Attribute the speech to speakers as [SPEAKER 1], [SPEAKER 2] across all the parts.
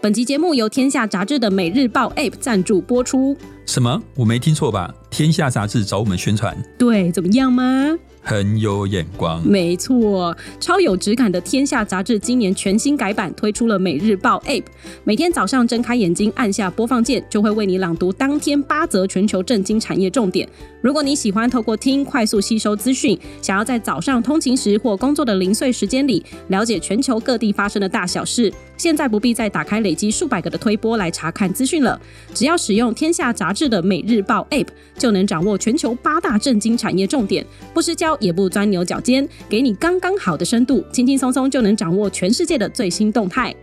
[SPEAKER 1] 本集节目由天下杂志的每日报 App 赞助播出。
[SPEAKER 2] 什么？我没听错吧？天下杂志找我们宣传，
[SPEAKER 1] 对，怎么样吗？
[SPEAKER 2] 很有眼光。
[SPEAKER 1] 没错，超有质感的《天下》杂志今年全新改版，推出了每日报 App。每天早上睁开眼睛，按下播放键，就会为你朗读当天八则全球震惊产业重点。如果你喜欢透过听快速吸收资讯，想要在早上通勤时或工作的零碎时间里，了解全球各地发生的大小事，现在不必再打开累积数百个的推播来查看资讯了。只要使用《天下》杂志的每日报 App，就能掌握全球八大震惊产业重点，不失焦也不钻牛角尖，给你刚刚好的深度，轻轻松松就能掌握全世界的最新动态。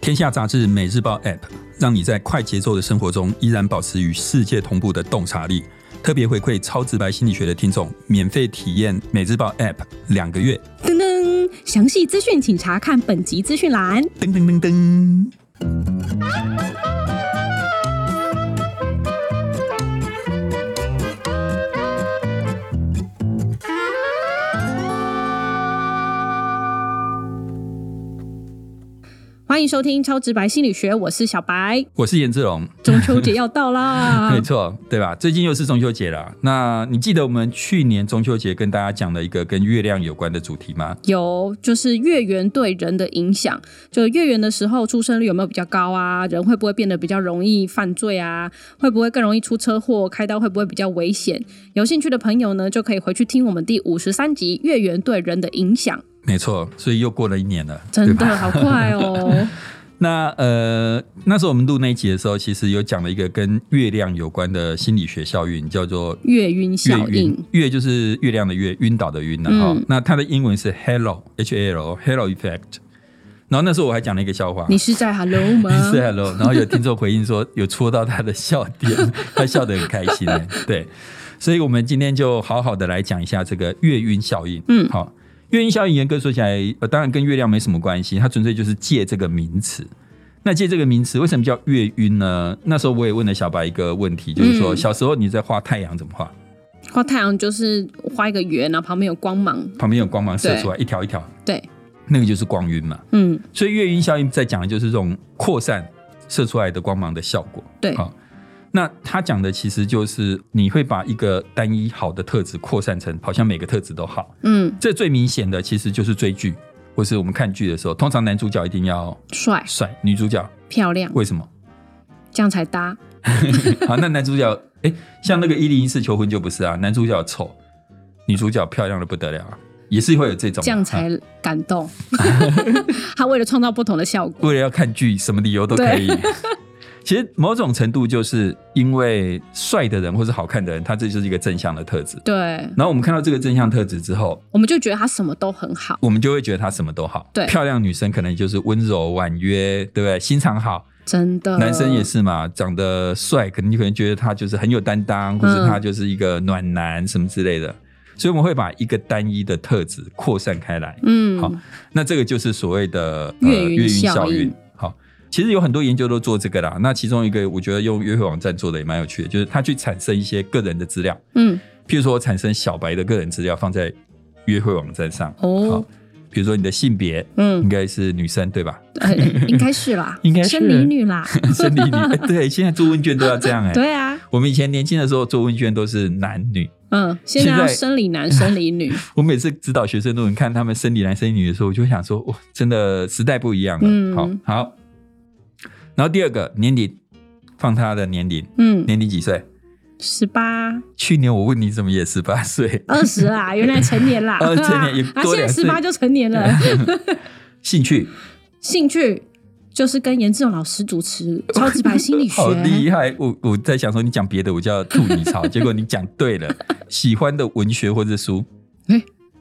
[SPEAKER 2] 天下杂志每日报 App 让你在快节奏的生活中依然保持与世界同步的洞察力。特别回馈超直白心理学的听众，免费体验每日报 App 两个月。
[SPEAKER 1] 噔噔，详细资讯请查看本集资讯栏。
[SPEAKER 2] 噔噔噔噔。
[SPEAKER 1] 欢迎收听《超直白心理学》，我是小白。
[SPEAKER 2] 我是颜志龙，
[SPEAKER 1] 中秋节要到啦
[SPEAKER 2] 没，错，对吧？最近又是中秋节了。那你记得我们去年中秋节跟大家讲了一个跟月亮有关的主题吗？
[SPEAKER 1] 有就是月圆对人的影响，就月圆的时候出生率有没有比较高啊？人会不会变得比较容易犯罪啊？会不会更容易出车祸？开刀会不会比较危险？有兴趣的朋友呢，就可以回去听我们第五十三集《月圆对人的影响》，
[SPEAKER 2] 没错，所以又过了一年了，对
[SPEAKER 1] 真
[SPEAKER 2] 吧？
[SPEAKER 1] 的好快 哦。
[SPEAKER 2] 那呃，那时候我们录那一集的时候，其实有讲了一个跟月亮有关的心理学效应，叫做
[SPEAKER 1] 月晕
[SPEAKER 2] 月
[SPEAKER 1] 效
[SPEAKER 2] 晕
[SPEAKER 1] 应，。
[SPEAKER 2] 月就是月亮的月，晕倒的晕然后
[SPEAKER 1] 嗯
[SPEAKER 2] 那它的英文是 halo h a l halo effect。然后那时候我还讲了一个笑话，
[SPEAKER 1] 你是在 Hello 吗？
[SPEAKER 2] 是啊 hello，然后有听众回应说有戳到他的笑点，他笑得很开心欸。对，所以我们今天就好好的来讲一下这个月晕效应。
[SPEAKER 1] 嗯
[SPEAKER 2] 好，月晕效应严格说起来，呃，当然跟月亮没什么关系，它纯粹就是借这个名词。那借这个名词为什么叫月晕呢？那时候我也问了小白一个问题，就是说
[SPEAKER 1] 嗯
[SPEAKER 2] 小时候你在画太阳怎么画？
[SPEAKER 1] 画太阳就是画一个圆，然后旁边有光芒。
[SPEAKER 2] 旁边有光芒射出来一条一条，
[SPEAKER 1] 对，
[SPEAKER 2] 那个就是光晕嘛。
[SPEAKER 1] 嗯，
[SPEAKER 2] 所以月晕效应在讲的就是这种扩散射出来的光芒的效果。
[SPEAKER 1] 对
[SPEAKER 2] 好、那他讲的其实就是你会把一个单一好的特质扩散成好像每个特质都好。
[SPEAKER 1] 嗯，
[SPEAKER 2] 这最明显的其实就是追剧，或是我们看剧的时候，通常男主角一定要
[SPEAKER 1] 帅、
[SPEAKER 2] 帅，女主角
[SPEAKER 1] 漂亮，
[SPEAKER 2] 为 什么？
[SPEAKER 1] 这样才搭。
[SPEAKER 2] 啊好， 那男主角哎，像那个一零一四求婚就不是啊，男主角丑，女主角漂亮的不得了啊，也是会有这种
[SPEAKER 1] 这样
[SPEAKER 2] 啊
[SPEAKER 1] 才感 动。他为了创造不同的效果，
[SPEAKER 2] 为了要看剧，什么理由都可以。其实某种程度就是因为帅的人或是好看的人，他这就是一个正向的特质。
[SPEAKER 1] 对，
[SPEAKER 2] 然后我们看到这个正向特质之后，
[SPEAKER 1] 我们就觉得他什么都很好。
[SPEAKER 2] 我们就会觉得他什么都好。
[SPEAKER 1] 对
[SPEAKER 2] 漂亮女生可能就是温柔婉约，对不对？心肠好，
[SPEAKER 1] 真的，
[SPEAKER 2] 男生也，是嘛，长得帅，可能你可能觉得他就是很有担当，或是他就是一个暖男什么之类的。所以我们会把一个单一的特质扩散开来。
[SPEAKER 1] 嗯，
[SPEAKER 2] 好那这个就是所谓的、呃
[SPEAKER 1] 月晕效应。
[SPEAKER 2] 好，其实有很多研究都做这个啦。那其中一个我觉得用约会网站做的也蛮有趣的，就是他去产生一些个人的资料，
[SPEAKER 1] 嗯，
[SPEAKER 2] 譬如说我产生小白的个人资料放在约会网站上，好
[SPEAKER 1] 哦，，
[SPEAKER 2] 比如说你的性别应
[SPEAKER 1] 嗯，
[SPEAKER 2] 该是女生对吧？
[SPEAKER 1] 呃应该是啦，
[SPEAKER 2] 应该是
[SPEAKER 1] 生理女啦，
[SPEAKER 2] 生理女、哎对，现在做问卷都要这样哎、
[SPEAKER 1] 对啊，
[SPEAKER 2] 我们以前年轻的时候做问卷都是男女，
[SPEAKER 1] 嗯，现在
[SPEAKER 2] 现
[SPEAKER 1] 要
[SPEAKER 2] 在
[SPEAKER 1] 生理男、生理女，
[SPEAKER 2] 我每次指导学生论文，看他们生理男生理女的时候，我就会想说，哇，真的时代不一样了。
[SPEAKER 1] 嗯
[SPEAKER 2] 好好。然后第二个年龄，放他的年龄，
[SPEAKER 1] 嗯，
[SPEAKER 2] 年龄几岁？
[SPEAKER 1] 十八、
[SPEAKER 2] 去年我问你怎么也十八岁，
[SPEAKER 1] 二十 啦，原来成年啦，
[SPEAKER 2] 哦
[SPEAKER 1] 对啊
[SPEAKER 2] 成年也
[SPEAKER 1] 啊，现
[SPEAKER 2] 多
[SPEAKER 1] 在
[SPEAKER 2] 两
[SPEAKER 1] 十
[SPEAKER 2] 岁啊
[SPEAKER 1] 八就成年了。
[SPEAKER 2] 兴趣
[SPEAKER 1] 兴趣就是跟严志勇老师主 持《超直白心理学
[SPEAKER 2] 好》，厉害。我我在想说，你讲别的我就要吐你槽，结果你讲对了。喜欢的文学或者书，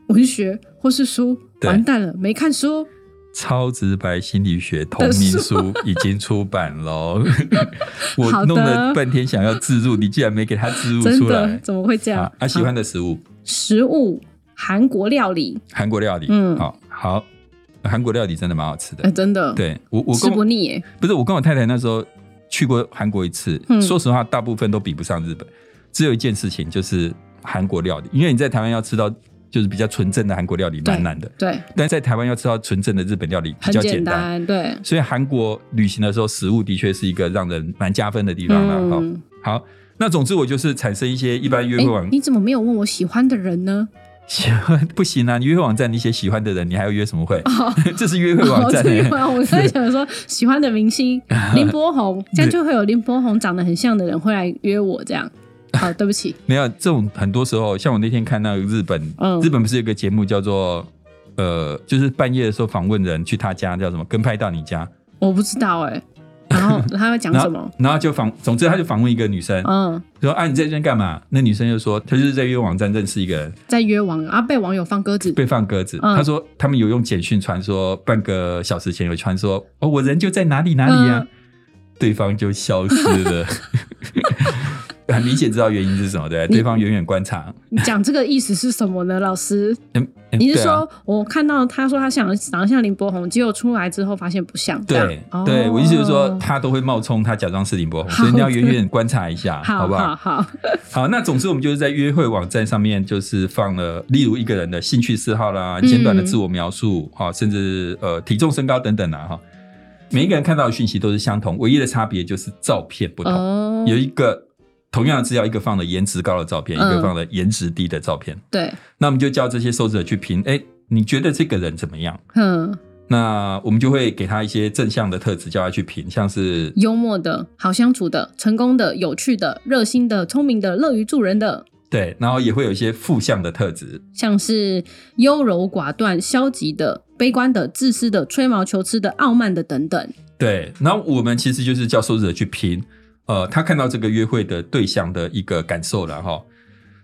[SPEAKER 1] 文学或是书，
[SPEAKER 2] 对
[SPEAKER 1] 完蛋了，没看书。
[SPEAKER 2] 超直白心理学同名书已经出版 喽。我
[SPEAKER 1] 好的
[SPEAKER 2] 弄了半天想要自入，你竟然没给他自入
[SPEAKER 1] 真
[SPEAKER 2] 出
[SPEAKER 1] 的
[SPEAKER 2] 来。
[SPEAKER 1] 怎么会这样？
[SPEAKER 2] 啊，啊，喜欢的食物，
[SPEAKER 1] 食物，韩国料理，
[SPEAKER 2] 韩国料理，
[SPEAKER 1] 嗯
[SPEAKER 2] 好好，韩国料理真的蛮好吃的
[SPEAKER 1] 呃，。真的，，
[SPEAKER 2] 对我，我
[SPEAKER 1] 吃
[SPEAKER 2] 跟
[SPEAKER 1] 不
[SPEAKER 2] 我
[SPEAKER 1] 腻耶。
[SPEAKER 2] 不是我跟我太太那时候去过韩国一次，
[SPEAKER 1] 嗯
[SPEAKER 2] 说实话，大部分都比不上日本，只有一件事情就是韩国料理，因为你在台湾要吃到就是比较纯正的韩国料理蛮难的。
[SPEAKER 1] 对，
[SPEAKER 2] 但在台湾要吃到纯正的日本料理比
[SPEAKER 1] 很
[SPEAKER 2] 较
[SPEAKER 1] 简
[SPEAKER 2] 简单，
[SPEAKER 1] 单，对，
[SPEAKER 2] 所以韩国旅行的时候，食物的确是一个让人蛮加分的地方啦。哈、
[SPEAKER 1] 嗯
[SPEAKER 2] 好，那总之我就是产生一些一般约会网
[SPEAKER 1] 诶你怎么没有问我喜欢的人呢？
[SPEAKER 2] 喜欢不行啊，你约会网站你写喜欢的人，你还要约什么会？ 这是约会网站、
[SPEAKER 1] 哦对
[SPEAKER 2] 欸。
[SPEAKER 1] 吗我在想说，喜欢的明 星林柏宏，这样就会有林柏宏长得很像的人会来约我这样。好，对不起，
[SPEAKER 2] 没有这种很多时候，像我那天看那个日本，
[SPEAKER 1] 嗯
[SPEAKER 2] 日本不是有个节目叫做呃，就是半夜的时候访问人去他家，叫什么跟拍到你家，
[SPEAKER 1] 我不知道哎、然后他 会讲
[SPEAKER 2] 然
[SPEAKER 1] 什
[SPEAKER 2] 后
[SPEAKER 1] 么？
[SPEAKER 2] 然后就访，总之他就访问一个女生，
[SPEAKER 1] 嗯，
[SPEAKER 2] 说啊你在这边干嘛？那女生就说她就是在约网站认识一个人，
[SPEAKER 1] 在约网友啊，被网友放鸽子。
[SPEAKER 2] 被放鸽子。
[SPEAKER 1] 嗯
[SPEAKER 2] 她说他们有用简讯传说，半个小时前有传说，哦我人就在哪里哪里呀、
[SPEAKER 1] 嗯
[SPEAKER 2] 对方就消失 了。很明显知道原因是什么，对不对，
[SPEAKER 1] 你
[SPEAKER 2] 对方远远观察。
[SPEAKER 1] 你讲这个意思是什么呢，老师？
[SPEAKER 2] 嗯，嗯
[SPEAKER 1] 你是
[SPEAKER 2] 对啊
[SPEAKER 1] 说、我看到他说他想长得像林柏宏，结果出来之后发现不像？这样
[SPEAKER 2] 对、
[SPEAKER 1] 哦
[SPEAKER 2] 对，我意思就是说，他都会冒充他假装是林柏宏，
[SPEAKER 1] 好
[SPEAKER 2] 所以你要远远观察一下，
[SPEAKER 1] 好
[SPEAKER 2] 不
[SPEAKER 1] 好
[SPEAKER 2] 好？
[SPEAKER 1] 好，
[SPEAKER 2] 好，那总之我们就是在约会网站上面，就是放了例如一个人的兴趣嗜好啦、
[SPEAKER 1] 嗯
[SPEAKER 2] 简短的自我描述，哈、甚至呃体重、身高等等啊，哈。每一个人看到的讯息都是相同，唯一的差别就是照片不同。
[SPEAKER 1] 哦，
[SPEAKER 2] 有一个同样的资料，一个放了颜值高的照片，一
[SPEAKER 1] 嗯
[SPEAKER 2] 个放了颜值低的照片。
[SPEAKER 1] 对，
[SPEAKER 2] 那我们就叫这些受试者去评，哎，你觉得这个人怎么样？
[SPEAKER 1] 嗯，
[SPEAKER 2] 那我们就会给他一些正向的特质，叫他去评，像是
[SPEAKER 1] 幽默的、好相处的、成功的、有趣的、热心的、聪明的、乐于助人的，
[SPEAKER 2] 对，然后也会有一些负向的特质，
[SPEAKER 1] 像是优柔寡断、消极的、悲观的、自私的、吹毛求疵的、傲慢的等等。
[SPEAKER 2] 对。然后我们其实就是叫受试者去评，呃，他看到这个约会的对象的一个感受了哈。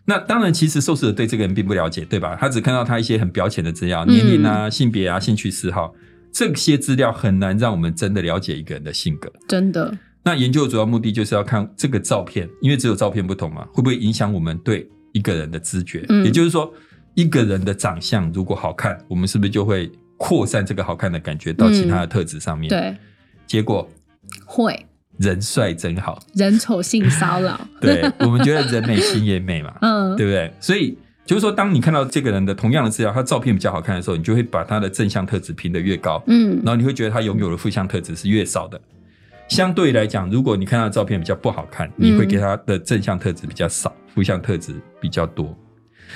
[SPEAKER 2] 那当然，其实受试者对这个人并不了解，对吧？他只看到他一些很表浅的资料，年龄啊、
[SPEAKER 1] 嗯
[SPEAKER 2] 性别啊、兴趣嗜好这些资料，很难让我们真的了解一个人的性格。
[SPEAKER 1] 真的，
[SPEAKER 2] 那研究的主要目的就是要看这个照片，因为只有照片不同嘛，会不会影响我们对一个人的知觉？
[SPEAKER 1] 嗯
[SPEAKER 2] 也就是说，一个人的长相如果好看，我们是不是就会扩散这个好看的感觉到其他的特质上面？，
[SPEAKER 1] 嗯对，
[SPEAKER 2] 结果
[SPEAKER 1] 会
[SPEAKER 2] 人帅真好，
[SPEAKER 1] 人丑性骚 扰，
[SPEAKER 2] 对 我们觉得人美心也美嘛，
[SPEAKER 1] 嗯，
[SPEAKER 2] 对不对？所以。就是说，当你看到这个人的同样的资料，他照片比较好看的时候，你就会把他的正向特质评得越高，
[SPEAKER 1] 嗯
[SPEAKER 2] 然，后你会觉得他拥有的负向特质是越少的。相对来讲，如果你看他的照片比较不好看，你会给他的正向特质比较少，负向特质比较多。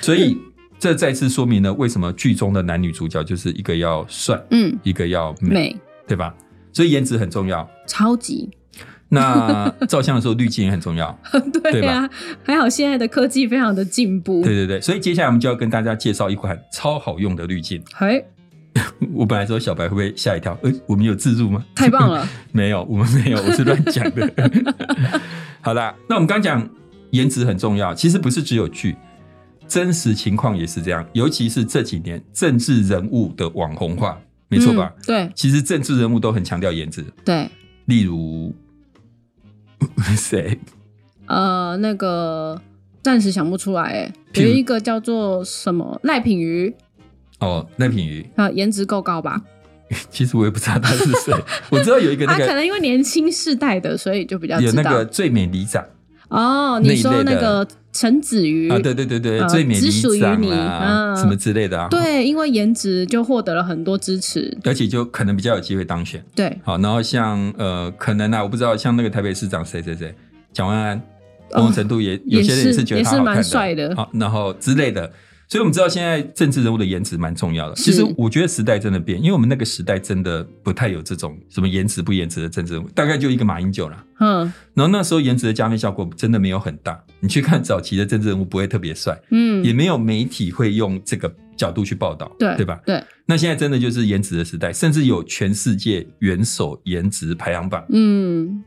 [SPEAKER 2] 所以这再次说明了为什么剧中的男女主角就是一个要帅，
[SPEAKER 1] 嗯，
[SPEAKER 2] 一个要美，
[SPEAKER 1] 美，
[SPEAKER 2] 对吧？所以颜值很重要。
[SPEAKER 1] 超级，
[SPEAKER 2] 那照相的时候滤镜也很重要，
[SPEAKER 1] 对呀、还好现在的科技非常的进步，
[SPEAKER 2] 对对对。所以接下来我们就要跟大家介绍一款超好用的滤镜。
[SPEAKER 1] 嘿，
[SPEAKER 2] 我本来说小白会不会吓一跳？呃，我们有自助吗？
[SPEAKER 1] 太棒了，
[SPEAKER 2] 没有，我们没有，我 是乱讲的。 好啦，那我们刚讲颜值很重要，其实不是只有剧，真实情况也是这样，尤其是这几年政治人物的网红化， 没错吧？
[SPEAKER 1] 嗯对
[SPEAKER 2] 其实政治人物都很强调颜值，
[SPEAKER 1] 对，
[SPEAKER 2] 例如 谁？
[SPEAKER 1] 呃，那个暂时想不出来，哎，
[SPEAKER 2] 譬
[SPEAKER 1] 有
[SPEAKER 2] 如
[SPEAKER 1] 一个叫做什么赖品妤，
[SPEAKER 2] 哦，赖品妤，
[SPEAKER 1] 啊，颜值够高吧？
[SPEAKER 2] 其实我也不知道他是谁， 我知道有一个
[SPEAKER 1] 他
[SPEAKER 2] 那
[SPEAKER 1] 啊可
[SPEAKER 2] 个
[SPEAKER 1] 能因为年轻世代的，所以就比较
[SPEAKER 2] 有
[SPEAKER 1] 知
[SPEAKER 2] 那
[SPEAKER 1] 道。
[SPEAKER 2] 个最美里长
[SPEAKER 1] 哦，
[SPEAKER 2] 那
[SPEAKER 1] 你
[SPEAKER 2] 一
[SPEAKER 1] 说
[SPEAKER 2] 类
[SPEAKER 1] 那
[SPEAKER 2] 的
[SPEAKER 1] 个陈子瑜
[SPEAKER 2] 啊，对对对对，
[SPEAKER 1] 呃
[SPEAKER 2] 最美
[SPEAKER 1] 只
[SPEAKER 2] 里
[SPEAKER 1] 属于
[SPEAKER 2] 长
[SPEAKER 1] 你
[SPEAKER 2] 啦，
[SPEAKER 1] 嗯
[SPEAKER 2] 什么之类的啊，，
[SPEAKER 1] 对因为颜值就获得了很多支持。
[SPEAKER 2] 而且就可能比较有机会当选。
[SPEAKER 1] 对，
[SPEAKER 2] 好，然后像呃，可能啊，我不知道，像那个台北市长谁谁谁，蒋万安，某种程度也、有些人
[SPEAKER 1] 也是
[SPEAKER 2] 是觉得他
[SPEAKER 1] 也是
[SPEAKER 2] 好
[SPEAKER 1] 蛮
[SPEAKER 2] 看的，
[SPEAKER 1] 帅的
[SPEAKER 2] 好，然后之类的。所以我们知道现在政治人物的颜值蛮重要的。其实
[SPEAKER 1] 是
[SPEAKER 2] 我觉得时代真的变，因为我们那个时代真的不太有这种什么颜值不颜值的政治人物，大概就一个马英九啦。
[SPEAKER 1] 嗯
[SPEAKER 2] 然后那时候颜值的加分效果真的没有很大。你去看早期的政治人物不会特别帅，也
[SPEAKER 1] 嗯，
[SPEAKER 2] 没有媒体会用这个角度去报道，
[SPEAKER 1] 对
[SPEAKER 2] 对吧？
[SPEAKER 1] 对，
[SPEAKER 2] 那现在真的就是颜值的时代，甚至有全世界元首颜值排 行榜。
[SPEAKER 1] 嗯。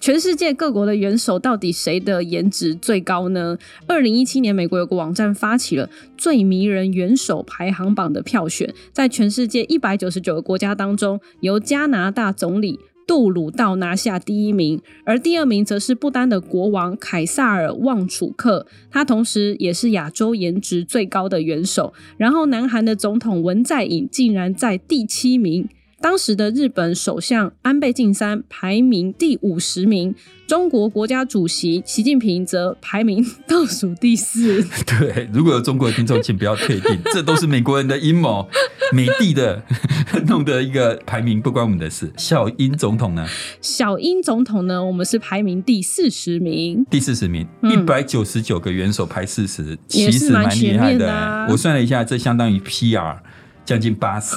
[SPEAKER 1] 全世界各国的元首到底谁的颜值最高呢？二零一七年，美国有个网站发起了最迷人元首排行榜的票选，在全世界一百九十九个国家当中，由加拿大总理杜鲁道拿下第一名，而第二名则是不丹的国王凯撒尔旺楚克，他同时也是亚洲颜值最高的元首。然后，南韩的总统文在寅竟然在第七名。当时的日本首相安倍晋三排名第五十名，中国国家主席习近平则排名倒数第四。
[SPEAKER 2] 对，如果有中国的听众，请不要退订，这都是美国人的阴谋，美帝的 弄的一个排名，不关我们的事。小英总统呢，
[SPEAKER 1] 小英总统呢，我们是排名第四十名。
[SPEAKER 2] 第四十名，一
[SPEAKER 1] 嗯
[SPEAKER 2] 百九十九个元首排四十，
[SPEAKER 1] 也
[SPEAKER 2] 其
[SPEAKER 1] 是
[SPEAKER 2] 实
[SPEAKER 1] 蛮
[SPEAKER 2] 蛮厉
[SPEAKER 1] 全
[SPEAKER 2] 害
[SPEAKER 1] 面
[SPEAKER 2] 的
[SPEAKER 1] 的啊
[SPEAKER 2] 欸。我算了一下，这相当于 PR 将近八 十。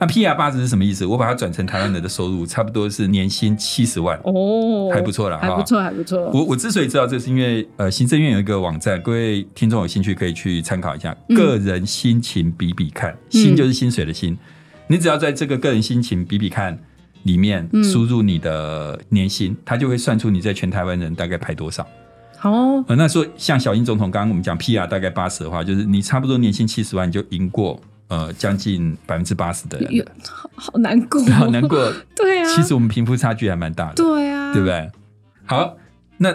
[SPEAKER 2] 那 PR 八十是什么意思？我把它转成台湾人的收入，差不多是年薪七十万。
[SPEAKER 1] 哦，
[SPEAKER 2] 还不错啦
[SPEAKER 1] 还不错，还不错。
[SPEAKER 2] 我我之所以知道这是因为呃，行政院有一个网站，各位听众有兴趣可以去参考一下。
[SPEAKER 1] 嗯
[SPEAKER 2] 个人心情比比看，
[SPEAKER 1] 嗯
[SPEAKER 2] 薪就是薪水的薪，你只要在这个个人心情比比看里面
[SPEAKER 1] 嗯
[SPEAKER 2] 输入你的年薪，它就会算出你在全台湾人大概排多少。
[SPEAKER 1] 好哦，
[SPEAKER 2] 呃，那说像小英总统刚刚我们讲 PR 大概八十的话，就是你差不多年薪七十万，你就赢过呃将近百分之八十的人
[SPEAKER 1] 有
[SPEAKER 2] 了。
[SPEAKER 1] 好好难过，
[SPEAKER 2] 好难过，
[SPEAKER 1] 对啊，
[SPEAKER 2] 其实我们贫富差距还蛮大的。
[SPEAKER 1] 对啊，
[SPEAKER 2] 对不对？好，那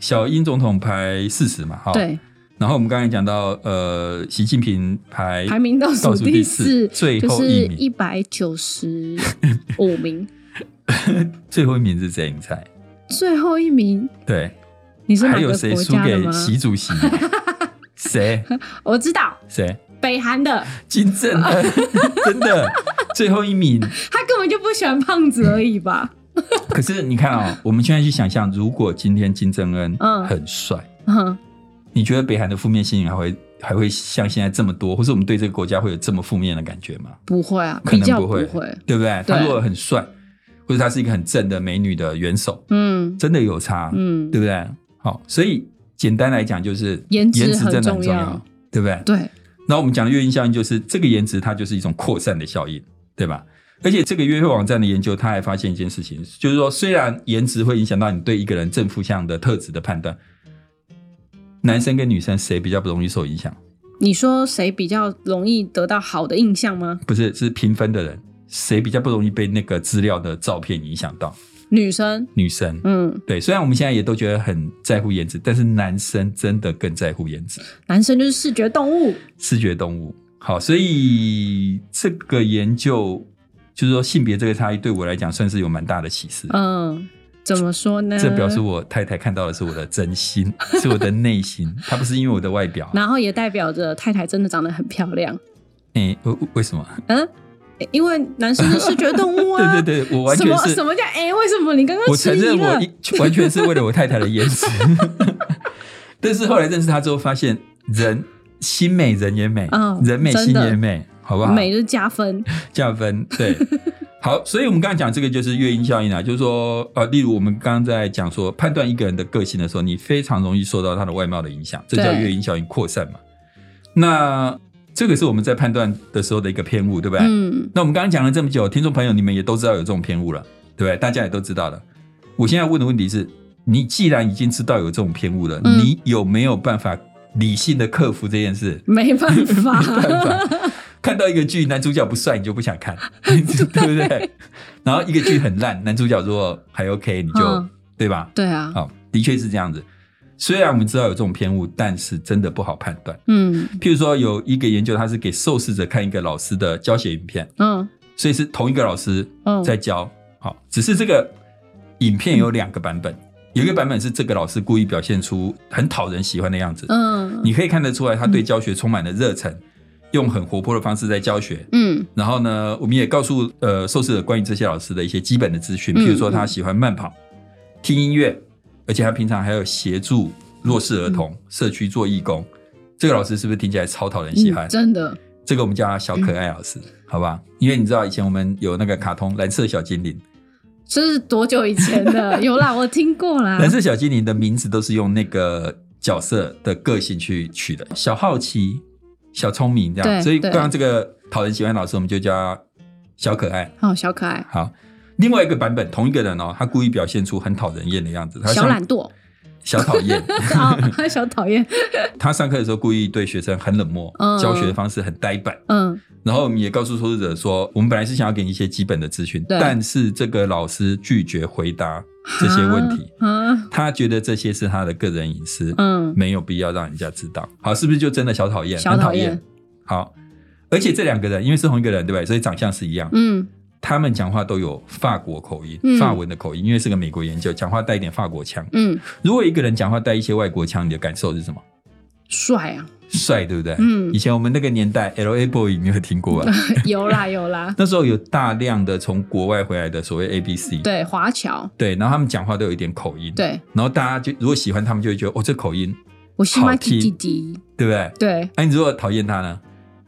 [SPEAKER 2] 小英总统排四十嘛，哈。。
[SPEAKER 1] 对，
[SPEAKER 2] 然后我们刚才讲到，呃，习近平排
[SPEAKER 1] 排名倒数
[SPEAKER 2] 倒数第
[SPEAKER 1] 四，
[SPEAKER 2] 四最后
[SPEAKER 1] 就是
[SPEAKER 2] 一名
[SPEAKER 1] 一百九十五 名，
[SPEAKER 2] 最后一名是谁？你猜？
[SPEAKER 1] 最后一名
[SPEAKER 2] 对，
[SPEAKER 1] 你是哪
[SPEAKER 2] 还
[SPEAKER 1] 个
[SPEAKER 2] 有谁
[SPEAKER 1] 国
[SPEAKER 2] 输
[SPEAKER 1] 家的
[SPEAKER 2] 给
[SPEAKER 1] 吗？
[SPEAKER 2] 习主 席？谁？
[SPEAKER 1] 我知道
[SPEAKER 2] 谁？
[SPEAKER 1] 北韩的，
[SPEAKER 2] 金正恩， 真的最后一名。
[SPEAKER 1] 他根本就不喜欢胖子而已吧？
[SPEAKER 2] 可是你看啊、我们现在去想象，如果今天金正恩
[SPEAKER 1] 嗯
[SPEAKER 2] 很帅，
[SPEAKER 1] 嗯，
[SPEAKER 2] 你觉得北韩的负面新闻还会还会像现在这么多，或是我们对这个国家会有这么负面的感觉吗？
[SPEAKER 1] 不会啊，
[SPEAKER 2] 可
[SPEAKER 1] 比
[SPEAKER 2] 能
[SPEAKER 1] 较
[SPEAKER 2] 不会，
[SPEAKER 1] 会，
[SPEAKER 2] 对不对？
[SPEAKER 1] 对
[SPEAKER 2] 他如果很帅，或者他是一个很正的美女的元首，
[SPEAKER 1] 嗯
[SPEAKER 2] 真的有差，
[SPEAKER 1] 嗯，
[SPEAKER 2] 啊对不对？好，所以简单来讲就是
[SPEAKER 1] 颜值
[SPEAKER 2] 值
[SPEAKER 1] 很
[SPEAKER 2] 真的很
[SPEAKER 1] 重
[SPEAKER 2] 重
[SPEAKER 1] 要，
[SPEAKER 2] 对不对？
[SPEAKER 1] 对，
[SPEAKER 2] 然后我们讲的月晕效应，就是这个颜值它就是一种扩散的效应，对吧？而且这个约会网站的研究，他还发现一件事情，就是说，虽然颜值会影响到你对一个人正负向的特质的判断，男生跟女生谁比较不容易受影响？
[SPEAKER 1] 你说谁比较容易得到好的印象吗？
[SPEAKER 2] 不是，是评分的人，谁比较不容易被那个资料的照片影响到？
[SPEAKER 1] 女生，
[SPEAKER 2] 女生，
[SPEAKER 1] 嗯，
[SPEAKER 2] 对，虽然我们现在也都觉得很在乎颜值，但是男生真的更在乎颜值，
[SPEAKER 1] 男生就是视觉动物，
[SPEAKER 2] 视觉动物。好，所以这个研究就是说性别这个差异对我来讲算是有蛮大的启示。
[SPEAKER 1] 嗯，怎么说呢？
[SPEAKER 2] 这表示我太太看到的是我的真心，是我的内心，她不是因为我的外表。
[SPEAKER 1] 然后也代表着太太真的长得很漂亮。
[SPEAKER 2] 哎、为为什么？
[SPEAKER 1] 嗯，诶因为男生是视觉动物啊。
[SPEAKER 2] 对对对，我完
[SPEAKER 1] 什
[SPEAKER 2] 全
[SPEAKER 1] 么
[SPEAKER 2] 是
[SPEAKER 1] 什么叫哎、为什么你刚刚
[SPEAKER 2] 我
[SPEAKER 1] 迟
[SPEAKER 2] 承
[SPEAKER 1] 疑
[SPEAKER 2] 认
[SPEAKER 1] 了
[SPEAKER 2] 我？一完全是为了我太太的颜值， 但是后来认识她之后，发现人心美人也美，
[SPEAKER 1] 嗯
[SPEAKER 2] 人美
[SPEAKER 1] 真
[SPEAKER 2] 心
[SPEAKER 1] 的
[SPEAKER 2] 也美，好不好？
[SPEAKER 1] 美就是加分。
[SPEAKER 2] 加分，对。 好，所以我们刚刚讲这个就是月音效应啊，就是说，呃，例如我们刚刚在讲说判断一个人的个性的时候，你非常容易受到他的外貌的影响，这叫
[SPEAKER 1] 对
[SPEAKER 2] 月音效应扩散嘛。那这个是我们在判断的时候的一个偏误，对不对？
[SPEAKER 1] 嗯，
[SPEAKER 2] 那我们刚刚讲了这么久，听众朋友你们也都知道有这种偏误了，对不对？大家也都知道了。我现在问的问题是，你既然已经知道有这种偏误了，
[SPEAKER 1] 嗯
[SPEAKER 2] 你有没有办法理性的克服这件事？
[SPEAKER 1] 没办法，
[SPEAKER 2] 没办法。 看到一个剧，男主角不帅，你就不想 看，对不对？然后一个剧很烂，男主角如果还 OK，你就、
[SPEAKER 1] 嗯
[SPEAKER 2] 对吧？
[SPEAKER 1] 对啊，
[SPEAKER 2] 好，的确是这样子。虽然我们知道有这种偏误，但是真的不好判断。
[SPEAKER 1] 嗯
[SPEAKER 2] 譬如说，有一个研究，他是给受试者看一个老师的教学影片，
[SPEAKER 1] 嗯
[SPEAKER 2] 所以是同一个老师
[SPEAKER 1] 嗯，
[SPEAKER 2] 在教。好，只是这个影片有两个版本，有一个版本是这个老师故意表现出很讨人喜欢的样子，
[SPEAKER 1] 嗯
[SPEAKER 2] 你可以看得出来，他对教学充满了热忱，用很活泼的方式在教学。
[SPEAKER 1] 嗯
[SPEAKER 2] 然后呢，我们也告诉呃受试者关于这些老师的一些基本的资讯，
[SPEAKER 1] 嗯
[SPEAKER 2] 譬如说他喜欢慢跑、听音乐，而且他平常还有协助弱势儿
[SPEAKER 1] 嗯
[SPEAKER 2] 童、社区做义工。这个老师是不是听起来超讨人喜欢
[SPEAKER 1] 嗯？真的，
[SPEAKER 2] 这个我们叫他小可爱老师，好吧？因为你知道以前我们有那个卡通《蓝色小精灵》，
[SPEAKER 1] 这是多久以前 的？有啦，我听过啦。
[SPEAKER 2] 蓝色小精灵的名字都是用那个角色的个性去取的，小好奇、小聪明这
[SPEAKER 1] 对
[SPEAKER 2] 样。所以
[SPEAKER 1] 对
[SPEAKER 2] 刚刚这个讨人喜欢的老师，我们就叫他小可爱。
[SPEAKER 1] 好哦小可爱，
[SPEAKER 2] 好，另外一个版本，同一个人哦，他故意表现出很讨人厌的样子，他
[SPEAKER 1] 小
[SPEAKER 2] 上
[SPEAKER 1] 懒、 惰，
[SPEAKER 2] 小讨厌。
[SPEAKER 1] 哦，小讨厌，
[SPEAKER 2] 他上课的时候故意对学生很冷漠，
[SPEAKER 1] 嗯
[SPEAKER 2] 教学的方式很呆板。
[SPEAKER 1] 嗯
[SPEAKER 2] 然后我们也告诉受试者说，我们本来是想要给你一些基本的资讯，
[SPEAKER 1] 对
[SPEAKER 2] 但是这个老师拒绝回答 这些问题，
[SPEAKER 1] 啊，
[SPEAKER 2] 他觉得这些是他的个人隐私。
[SPEAKER 1] 嗯
[SPEAKER 2] 没有必要让人家知道。好，是不是就真的小讨厌？
[SPEAKER 1] 小
[SPEAKER 2] 很
[SPEAKER 1] 讨
[SPEAKER 2] 讨
[SPEAKER 1] 厌
[SPEAKER 2] 厌。好，而且这两个人因为是同一个人，对不对？所以长相是一样。
[SPEAKER 1] 嗯
[SPEAKER 2] 他们讲话都有法国口音、
[SPEAKER 1] 嗯
[SPEAKER 2] 法文的口音，因为是个美国研究，讲话带一点法国腔。
[SPEAKER 1] 嗯，
[SPEAKER 2] 如果一个人讲话带一些外国腔，你的感受是什么？
[SPEAKER 1] 帅啊，
[SPEAKER 2] 帅，对不对？
[SPEAKER 1] 嗯
[SPEAKER 2] 以前我们那个年代，L A boy 你有听过吧？
[SPEAKER 1] 有啦有啦，
[SPEAKER 2] 那时候有大量的从国外回来的所谓 A B C，
[SPEAKER 1] 对，华侨，
[SPEAKER 2] 对，然后他们讲话都有一点口音，，
[SPEAKER 1] 对
[SPEAKER 2] 然后大家就如果喜欢他们，就会觉得哦，这口音，
[SPEAKER 1] 我是
[SPEAKER 2] 好
[SPEAKER 1] Mikey
[SPEAKER 2] 听
[SPEAKER 1] 弟弟，
[SPEAKER 2] 对不对？
[SPEAKER 1] 对，
[SPEAKER 2] 哎、你如果讨厌他呢？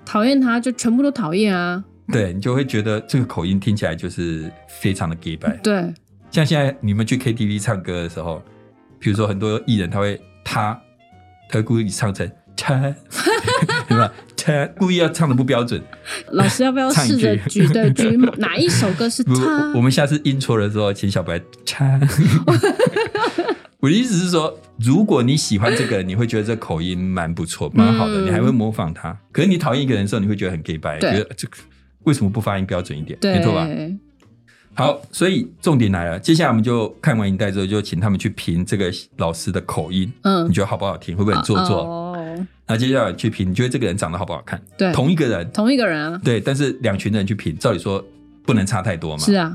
[SPEAKER 1] 讨厌他就全部都讨厌啊，
[SPEAKER 2] 对你就会觉得这个口音听起来就是非常的 gay 白。
[SPEAKER 1] 对，
[SPEAKER 2] 像现在你们去 K T V 唱歌的时候，比如说很多艺人他会他，他会故意唱成 他，对吧？他故意要唱的不标准。
[SPEAKER 1] 老师要不要
[SPEAKER 2] 唱一
[SPEAKER 1] 试着
[SPEAKER 2] 句
[SPEAKER 1] 举对举某哪一首歌是
[SPEAKER 2] 不，
[SPEAKER 1] 他
[SPEAKER 2] 我？我们下次音错的时候，请小白 插。 我的意思是说，如果你喜欢这个人，你会觉得这口音蛮不错，蛮好的，
[SPEAKER 1] 嗯
[SPEAKER 2] 你还会模仿他。可是你讨厌一个人的时候，你会觉得很 gay 白，
[SPEAKER 1] 对
[SPEAKER 2] 觉得这个为什么不发音标准一点？
[SPEAKER 1] 对
[SPEAKER 2] 没错吧？好，所以重点来了，接下来我们就看完影带之后，就请他们去评这个老师的口音，
[SPEAKER 1] 嗯
[SPEAKER 2] 你，觉得好不好听，会不会很做作？
[SPEAKER 1] 哦，嗯
[SPEAKER 2] 那接下来去评，你觉得这个人长得好不好看？
[SPEAKER 1] 对，
[SPEAKER 2] 同一个人，
[SPEAKER 1] 同一个人啊，
[SPEAKER 2] 对，但是两群人去评，照理说不能差太多嘛。
[SPEAKER 1] 是啊，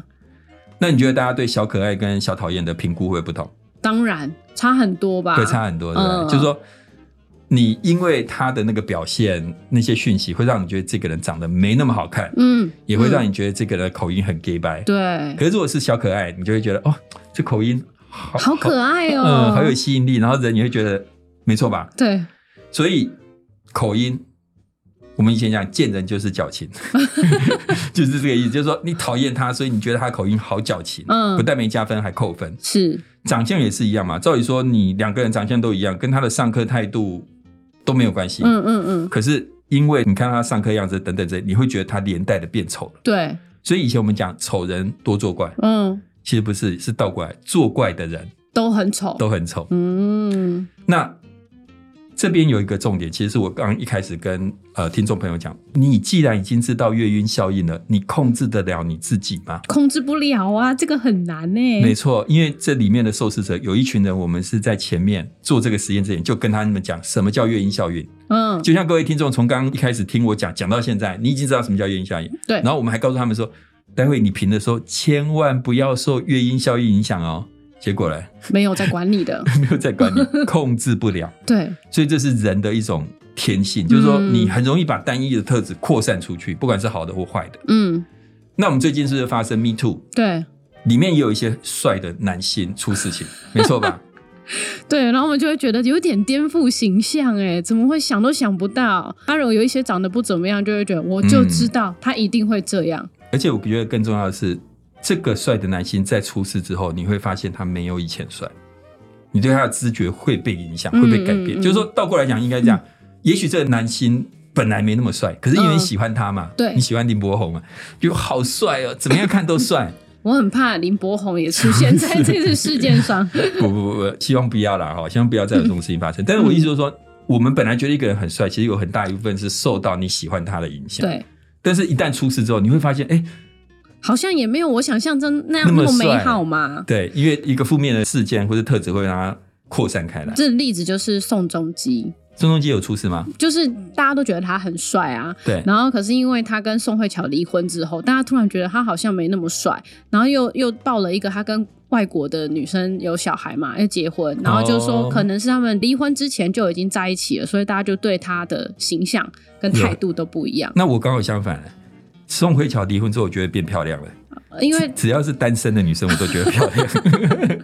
[SPEAKER 2] 那你觉得大家对小可爱跟小讨厌的评估会不同？
[SPEAKER 1] 当然差很多吧，
[SPEAKER 2] 会差很多，对不对？
[SPEAKER 1] 嗯
[SPEAKER 2] 就是说，你因为他的那个表现，那些讯息会让你觉得这个人长得没那么好看，
[SPEAKER 1] 嗯，
[SPEAKER 2] 也会让
[SPEAKER 1] 嗯
[SPEAKER 2] 你觉得这个人的口音很 gay 白。
[SPEAKER 1] 对，
[SPEAKER 2] 可是如果是小可爱，你就会觉得哦，这口音好
[SPEAKER 1] 好可爱
[SPEAKER 2] 嗯、
[SPEAKER 1] 哦，
[SPEAKER 2] 好有吸引力，然后人也会觉得没错吧？
[SPEAKER 1] 对，
[SPEAKER 2] 所以口音。我们以前讲见人就是 矫情，就是这个意思，就是说你讨厌他，所以你觉得他口音好矫情，
[SPEAKER 1] 嗯
[SPEAKER 2] 不但没加分还扣分。
[SPEAKER 1] 是，
[SPEAKER 2] 长相也是一样嘛。照理说，你两个人长相都一样，跟他的上课态度都没有关系。
[SPEAKER 1] 嗯嗯嗯，
[SPEAKER 2] 可是因为你看他上课样子等等这，你会觉得他连带的变丑了。
[SPEAKER 1] 对，
[SPEAKER 2] 所以以前我们讲丑人多作怪，
[SPEAKER 1] 嗯，
[SPEAKER 2] 其实不是，是倒过来，作怪的人
[SPEAKER 1] 都很丑，
[SPEAKER 2] 都很丑。
[SPEAKER 1] 嗯，
[SPEAKER 2] 那这边有一个重点，其实是我刚一开始跟呃听众朋友讲，你既然已经知道月晕效应了，你控制得了你自己吗？
[SPEAKER 1] 控制不了啊，这个很难欸呢、
[SPEAKER 2] 没错，因为这里面的受试者有一群人，我们是在前面做这个实验之前就跟他们讲什么叫乐音效应。
[SPEAKER 1] 嗯，
[SPEAKER 2] 就像各位听众从刚刚一开始听我讲讲到现在，你已经知道什么叫乐音效应。
[SPEAKER 1] 对
[SPEAKER 2] 然，后我们还告诉他们说，待会你评的时候千万不要受乐音效应影响哦。结果嘞，
[SPEAKER 1] 没有在管理的，
[SPEAKER 2] 没有在管你，控制不了。
[SPEAKER 1] 对，
[SPEAKER 2] 所以这是人的一种天性，就是说
[SPEAKER 1] 嗯
[SPEAKER 2] 你很容易把单一的特质扩散出去，不管是好的或坏的。
[SPEAKER 1] 嗯，
[SPEAKER 2] 那我们最近是不是发生 Me Too？
[SPEAKER 1] 对，
[SPEAKER 2] 里面也有一些帅的男性出 事情，没错吧？
[SPEAKER 1] 对，然后我们就会觉得有点颠覆形象，哎，怎么会想都想不到？他如果有一些长得不怎么样，就会觉得我就知道他一定会这样，
[SPEAKER 2] 而且我觉得更重要的是，这个帅的男性在出事之后，你会发现他没有以前帅，你对他的知觉会被影响，
[SPEAKER 1] 嗯
[SPEAKER 2] 会被改变。
[SPEAKER 1] 嗯嗯
[SPEAKER 2] 就是说，倒过来讲，应该这样：也许这个男星本来没那么帅，可是因为你喜欢他嘛，
[SPEAKER 1] 嗯对
[SPEAKER 2] 你喜欢林柏宏嘛，就好帅哦，怎么样看 都帅。
[SPEAKER 1] 我很怕林柏宏也出现在这次事件 上，
[SPEAKER 2] 不不不不，希望不要啦哈，希望不要再有这种事情发
[SPEAKER 1] 嗯
[SPEAKER 2] 生。但是我意思就是说，我们本来觉得一个人很帅，其实有很大一部分是受到你喜欢他的影响。
[SPEAKER 1] 对，
[SPEAKER 2] 但是，一旦出事之后，你会发现，哎、
[SPEAKER 1] 好像也没有我想象中那样
[SPEAKER 2] 那么
[SPEAKER 1] 么美
[SPEAKER 2] 帅
[SPEAKER 1] 好嘛。
[SPEAKER 2] 对，因为一个负面的事件或者特质会让它扩散开来。
[SPEAKER 1] 这例子就是宋仲基，
[SPEAKER 2] 宋仲基有出事吗？
[SPEAKER 1] 就是大家都觉得他很帅啊，
[SPEAKER 2] 对，
[SPEAKER 1] 然后可是因为他跟宋慧乔离婚之后，大家突然觉得他好像没那么帅，然后又又报了一个他跟外国的女生有小孩嘛，要结婚，然后就说
[SPEAKER 2] 哦
[SPEAKER 1] 可能是他们离婚之前就已经在一起了，所以大家就对他的形象跟态度都不一样，
[SPEAKER 2] 那我刚好相反了。宋慧乔离婚之后，我觉得变漂亮了。
[SPEAKER 1] 因 为
[SPEAKER 2] 只要是单身的女生，我都觉得漂亮。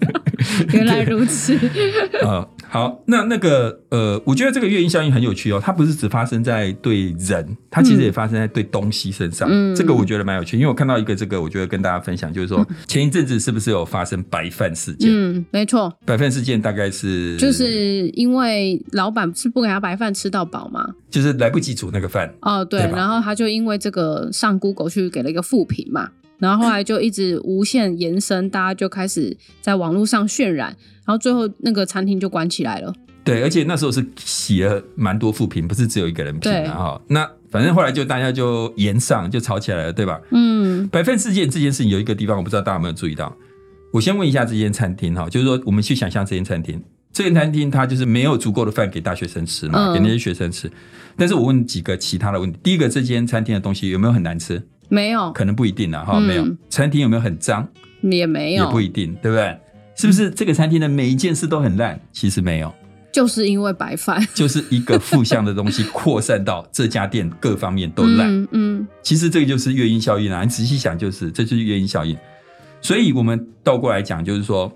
[SPEAKER 1] 原来如此，
[SPEAKER 2] 呃，好，那那个呃，我觉得这个月音效应很有趣哦。它不是只发生在对人，它其实也发生在对东西身上。
[SPEAKER 1] 嗯
[SPEAKER 2] 这个我觉得蛮有趣，因为我看到一个这个，我觉得跟大家分享，就是说前一阵子是不是有发生白饭事件？
[SPEAKER 1] 嗯，没错，
[SPEAKER 2] 白饭事件大概是嗯
[SPEAKER 1] 就是因为老板是不给他白饭吃到饱嘛，
[SPEAKER 2] 就是来不及煮那个饭，
[SPEAKER 1] 哦，对，
[SPEAKER 2] 对吧
[SPEAKER 1] 然后他就因为这个上 Google 去给了一个负评嘛，然后后来就一直无限延伸，大家就开始在网络上渲染，然后最后那个餐厅就关起来了。
[SPEAKER 2] 对，而且那时候是写了蛮多负评，不是只有一个人评
[SPEAKER 1] 对
[SPEAKER 2] 啊哈。那反正后来就大家就言上就吵起来了，对吧？
[SPEAKER 1] 嗯，
[SPEAKER 2] 白饭事件这件事情有一个地方我不知道大家有没有注意到，我先问一下这间餐厅哈，就是说我们去想象这间餐厅，这间餐厅它就是没有足够的饭给大学生吃嘛，
[SPEAKER 1] 嗯
[SPEAKER 2] 给那些学生吃。但是我问几个其他的问题，第一个，这间餐厅的东西有没有很难吃？
[SPEAKER 1] 没有，
[SPEAKER 2] 可能不一定啊，哈，没有
[SPEAKER 1] 嗯。
[SPEAKER 2] 餐厅有没有很脏？
[SPEAKER 1] 也没
[SPEAKER 2] 也
[SPEAKER 1] 有，
[SPEAKER 2] 不一定，对不对？是不是这个餐厅的每一件事都很烂？其实没有，
[SPEAKER 1] 就是因为白饭
[SPEAKER 2] 就是一个负向的东西扩散到这家店各方面都烂。
[SPEAKER 1] 嗯嗯
[SPEAKER 2] 其实这个就是月因效应啊！你仔细想，就是这就是月因效应。所以我们倒过来讲，就是说，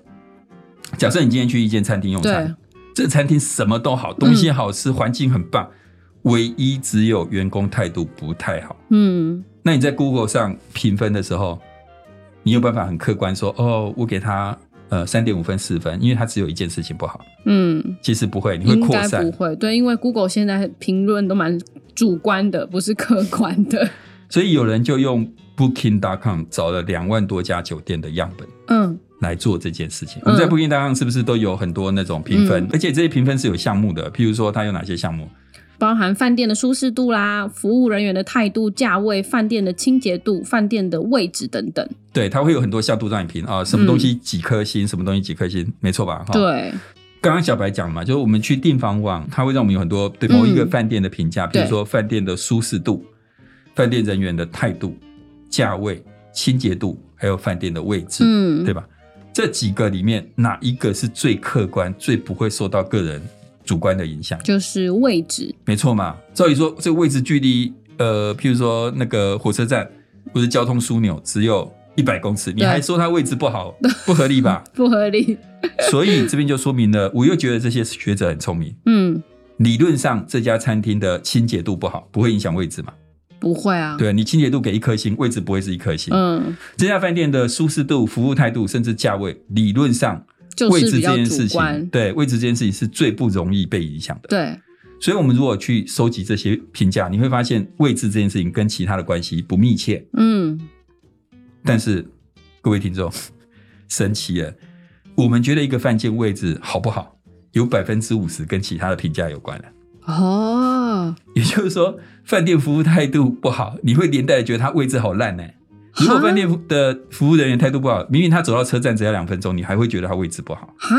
[SPEAKER 2] 假设你今天去一间餐厅用餐，这餐厅什么都好，东西好
[SPEAKER 1] 嗯
[SPEAKER 2] 吃，环境很棒，唯一只有员工态度不太好。
[SPEAKER 1] 嗯，
[SPEAKER 2] 那你在 Google 上评分的时候，你有办法很客观说，哦，我给他呃三点五分、四分，因为他只有一件事情不好。
[SPEAKER 1] 嗯，
[SPEAKER 2] 其实不会，你会
[SPEAKER 1] 应
[SPEAKER 2] 扩
[SPEAKER 1] 该
[SPEAKER 2] 散
[SPEAKER 1] 不，会。对，因为 Google 现在评论都蛮主观的，不是客观的。
[SPEAKER 2] 所以有人就用 Booking.com 找了两万多家酒店的样本。
[SPEAKER 1] 嗯
[SPEAKER 2] 来做这件事情。我们在
[SPEAKER 1] 嗯
[SPEAKER 2] Booking 上是不是都有很多那种评分？
[SPEAKER 1] 嗯
[SPEAKER 2] 而且这些评分是有项目的，譬如说它有哪些项目？
[SPEAKER 1] 包含饭店的舒适度啦、服务人员的态度、价位、饭店的清洁度、饭店的位置等等。
[SPEAKER 2] 对，它会有很多项度让你评啊，什么东西几颗星，什么东西几颗星，没错吧？哈。
[SPEAKER 1] 嗯对，
[SPEAKER 2] 刚刚小白讲了嘛，就是我们去订房网，它会让我们有很多对某一个饭店的评价，比如
[SPEAKER 1] 对
[SPEAKER 2] 说饭店的舒适度、饭店人员的态度、价位、清洁度，还有饭店的位置，
[SPEAKER 1] 嗯，
[SPEAKER 2] 对吧？这几个里面哪一个是最客观、最不会受到个人主观的影响？
[SPEAKER 1] 就是位置。
[SPEAKER 2] 没错嘛。照理说，这个位置距离呃，譬如说那个火车站或者交通枢纽只有一百公尺，你
[SPEAKER 1] 对？
[SPEAKER 2] 还说它位置不好，不合理吧
[SPEAKER 1] 不合理，
[SPEAKER 2] 所以这边就说明了，我又觉得这些学者很聪明。
[SPEAKER 1] 嗯，
[SPEAKER 2] 理论上，这家餐厅的清洁度不好，不会影响位置嘛？
[SPEAKER 1] 不会啊，，
[SPEAKER 2] 对你清洁度给一颗星，位置不会是一颗星。
[SPEAKER 1] 嗯，
[SPEAKER 2] 这家饭店的舒适度、服务态度，甚至价位，理论上
[SPEAKER 1] 就
[SPEAKER 2] 位
[SPEAKER 1] 是
[SPEAKER 2] 置
[SPEAKER 1] 比
[SPEAKER 2] 这
[SPEAKER 1] 较
[SPEAKER 2] 件
[SPEAKER 1] 主
[SPEAKER 2] 事情，
[SPEAKER 1] 观，
[SPEAKER 2] 对位置这件事情是最不容易被影响的。
[SPEAKER 1] 对，
[SPEAKER 2] 所以，我们如果去收集这些评价，你会发现位置这件事情跟其他的关系不密切。
[SPEAKER 1] 嗯，
[SPEAKER 2] 但是，各位听众，神奇了，我们觉得一个饭店位置好不好，有百分之五十跟其他的评价有关了。
[SPEAKER 1] 哦，
[SPEAKER 2] 也就是说，饭店服务态度不好，你会连带地觉得它位置好烂呢、如果
[SPEAKER 1] 哈
[SPEAKER 2] 饭店服的服务人员态度不好，明明他走到车站只要两分钟，你还会觉得他位置不好。
[SPEAKER 1] 哈，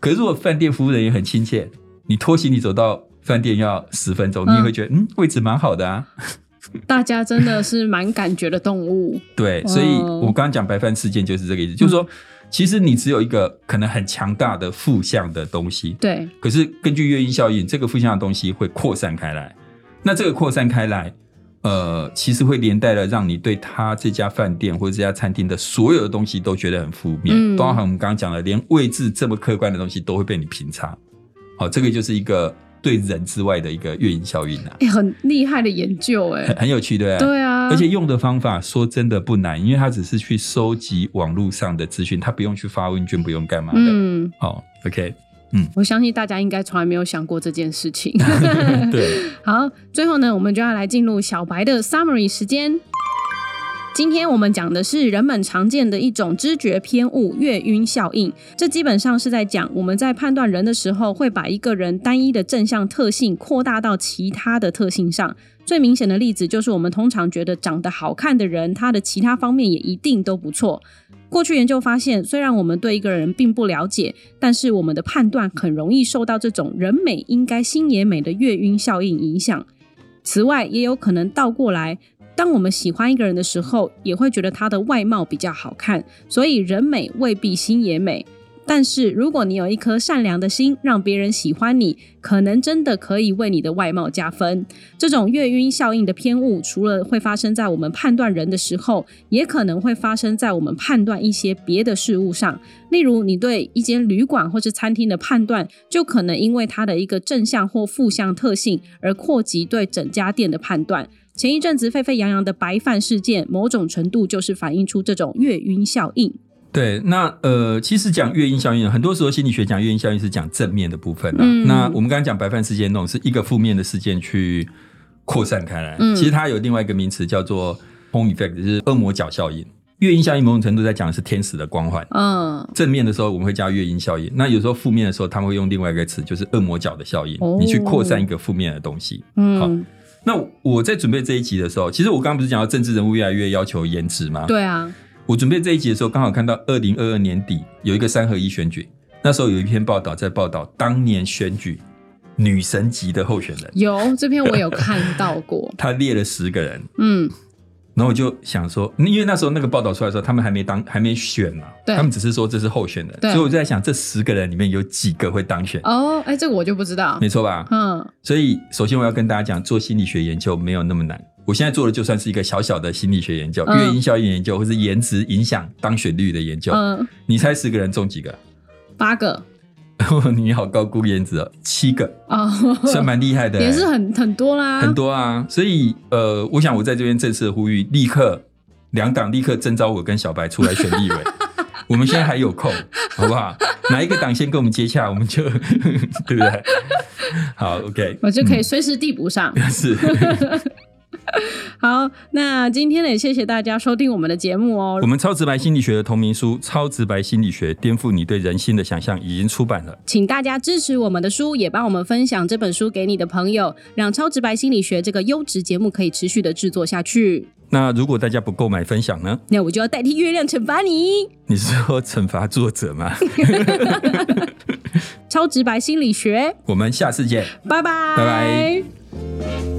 [SPEAKER 2] 可是如果饭店服务人员很亲切，你拖行李走到饭店要十分钟，你也会觉得嗯位置蛮好的啊。
[SPEAKER 1] 大家真的是蛮感觉的动物，
[SPEAKER 2] 对，
[SPEAKER 1] 哦
[SPEAKER 2] 所以我刚刚讲白饭事件就是这个意思，就是说，其实你只有一个可能很强大的负向的东西，
[SPEAKER 1] 对，
[SPEAKER 2] 可是根据月因效应，这个负向的东西会扩散开来。那这个扩散开来，呃，其实会连带了让你对他这家饭店或者这家餐厅的所有的东西都觉得很负面，
[SPEAKER 1] 嗯
[SPEAKER 2] 包含我们刚刚讲的，连位置这么客观的东西都会被你评差。好、这个就是一个对人之外的一个月因效应啊，
[SPEAKER 1] 哎、很厉害的研究、
[SPEAKER 2] 很
[SPEAKER 1] 哎，
[SPEAKER 2] 很有趣，对不对？
[SPEAKER 1] 对啊，
[SPEAKER 2] 而且用的方法说真的不难，因为他只是去收集网络上的资讯，他不用去发问卷，不用干嘛的。
[SPEAKER 1] 嗯，
[SPEAKER 2] 好，OK，
[SPEAKER 1] 我相信大家应该从来没有想过这件事情。
[SPEAKER 2] 对，
[SPEAKER 1] 好，最后呢，我们就要来进入小白的 summary 时间。今天我们讲的是人们常见的一种知觉偏误——月晕效应。这基本上是在讲我们在判断人的时候，会把一个人单一的正向特性扩大到其他的特性上。最明显的例子就是，我们通常觉得长得好看的人，他的其他方面也一定都不错。过去研究发现，虽然我们对一个人并不了解，但是我们的判断很容易受到这种“人美应该心也美”的月晕效应影响。此外，也有可能倒过来，当我们喜欢一个人的时候，也会觉得他的外貌比较好看，所以人美未必心也美。但是，如果你有一颗善良的心，让别人喜欢你，可能真的可以为你的外貌加分。这种月晕效应的偏误，除了会发生在我们判断人的时候，也可能会发生在我们判断一些别的事物上。例如，你对一间旅馆或是餐厅的判断，就可能因为它的一个正向或负向特性而扩及对整家店的判断。前一阵子沸沸扬扬的白饭事件，某种程度就是反映出这种月晕效应。
[SPEAKER 2] 对，那呃，其实讲月因效应，很多时候心理学讲月因效应是讲正面的部分、啊
[SPEAKER 1] 嗯
[SPEAKER 2] 那我们刚刚讲白饭事件那种是一个负面的事件去扩散开来，
[SPEAKER 1] 嗯
[SPEAKER 2] 其实它有另外一个名词叫做 home effect，就是恶魔角效应。月因效应某种程度在讲的是天使的光环。
[SPEAKER 1] 嗯，
[SPEAKER 2] 正面的时候我们会加月因效应，那有时候负面的时候他们会用另外一个词，就是恶魔角的效应，
[SPEAKER 1] 哦
[SPEAKER 2] 你去扩散一个负面的东西。
[SPEAKER 1] 嗯，
[SPEAKER 2] 那我在准备这一集的时候，其实我刚刚不是讲到政治人物越来越要求颜值吗？
[SPEAKER 1] 对啊，
[SPEAKER 2] 我准备这一集的时候，刚好看到二零二二年底有一个三合一选举，那时候有一篇报道在报道当年选举女神级的候选人，，
[SPEAKER 3] 有这篇我有看到过
[SPEAKER 2] 他列了十个人，
[SPEAKER 3] 嗯，
[SPEAKER 2] 然后我就想说，因为那时候那个报道出来的时候，他们还没当还没选嘛，
[SPEAKER 3] 对
[SPEAKER 2] 他们只是说这是候选人，
[SPEAKER 3] 对
[SPEAKER 2] 所以我就在想，这十个人里面有几个会当选，
[SPEAKER 3] 哦，哎，这个我就不知道，
[SPEAKER 2] 没错吧？
[SPEAKER 3] 嗯，
[SPEAKER 2] 所以首先我要跟大家讲，做心理学研究没有那么难。我现在做的就算是一个小小的心理学研究，
[SPEAKER 3] 嗯
[SPEAKER 2] 乐音效应研究，或是颜值影响当选率的研究。
[SPEAKER 3] 嗯，
[SPEAKER 2] 你猜十个人中几个？
[SPEAKER 3] 八个
[SPEAKER 2] 你好高估颜值哦，七个，
[SPEAKER 3] 哦，
[SPEAKER 2] 算蛮厉害的、欸，
[SPEAKER 3] 也是很很多啦，
[SPEAKER 2] 很多啊。所以呃，我想我在这边正式的呼吁，立刻两党立刻征召我跟小白出来选立委。 我们现在还有空，好不好？哪一个党先跟我们接洽，我们就 对不对？好，OK，
[SPEAKER 3] 我就可以随时递补上。
[SPEAKER 2] 嗯是
[SPEAKER 3] 好，那今天呢，也谢谢大家收听我们的节目哦
[SPEAKER 2] 我。们超直白心理学的同名书《超直白心理学：颠覆你对人性的想象》已经出版了。
[SPEAKER 1] 请大家支持我们的书，也帮我们分享这本书给你的朋友，让《超直白心理学》这个优质节目可以持续的制作下去。
[SPEAKER 2] 那如果大家不购买分享呢？
[SPEAKER 1] 那我就要代替月亮惩罚你。
[SPEAKER 2] 你是说惩罚作者吗？
[SPEAKER 1] 超直白心理学，
[SPEAKER 2] 我们下次见。
[SPEAKER 1] 拜拜，
[SPEAKER 2] 拜拜。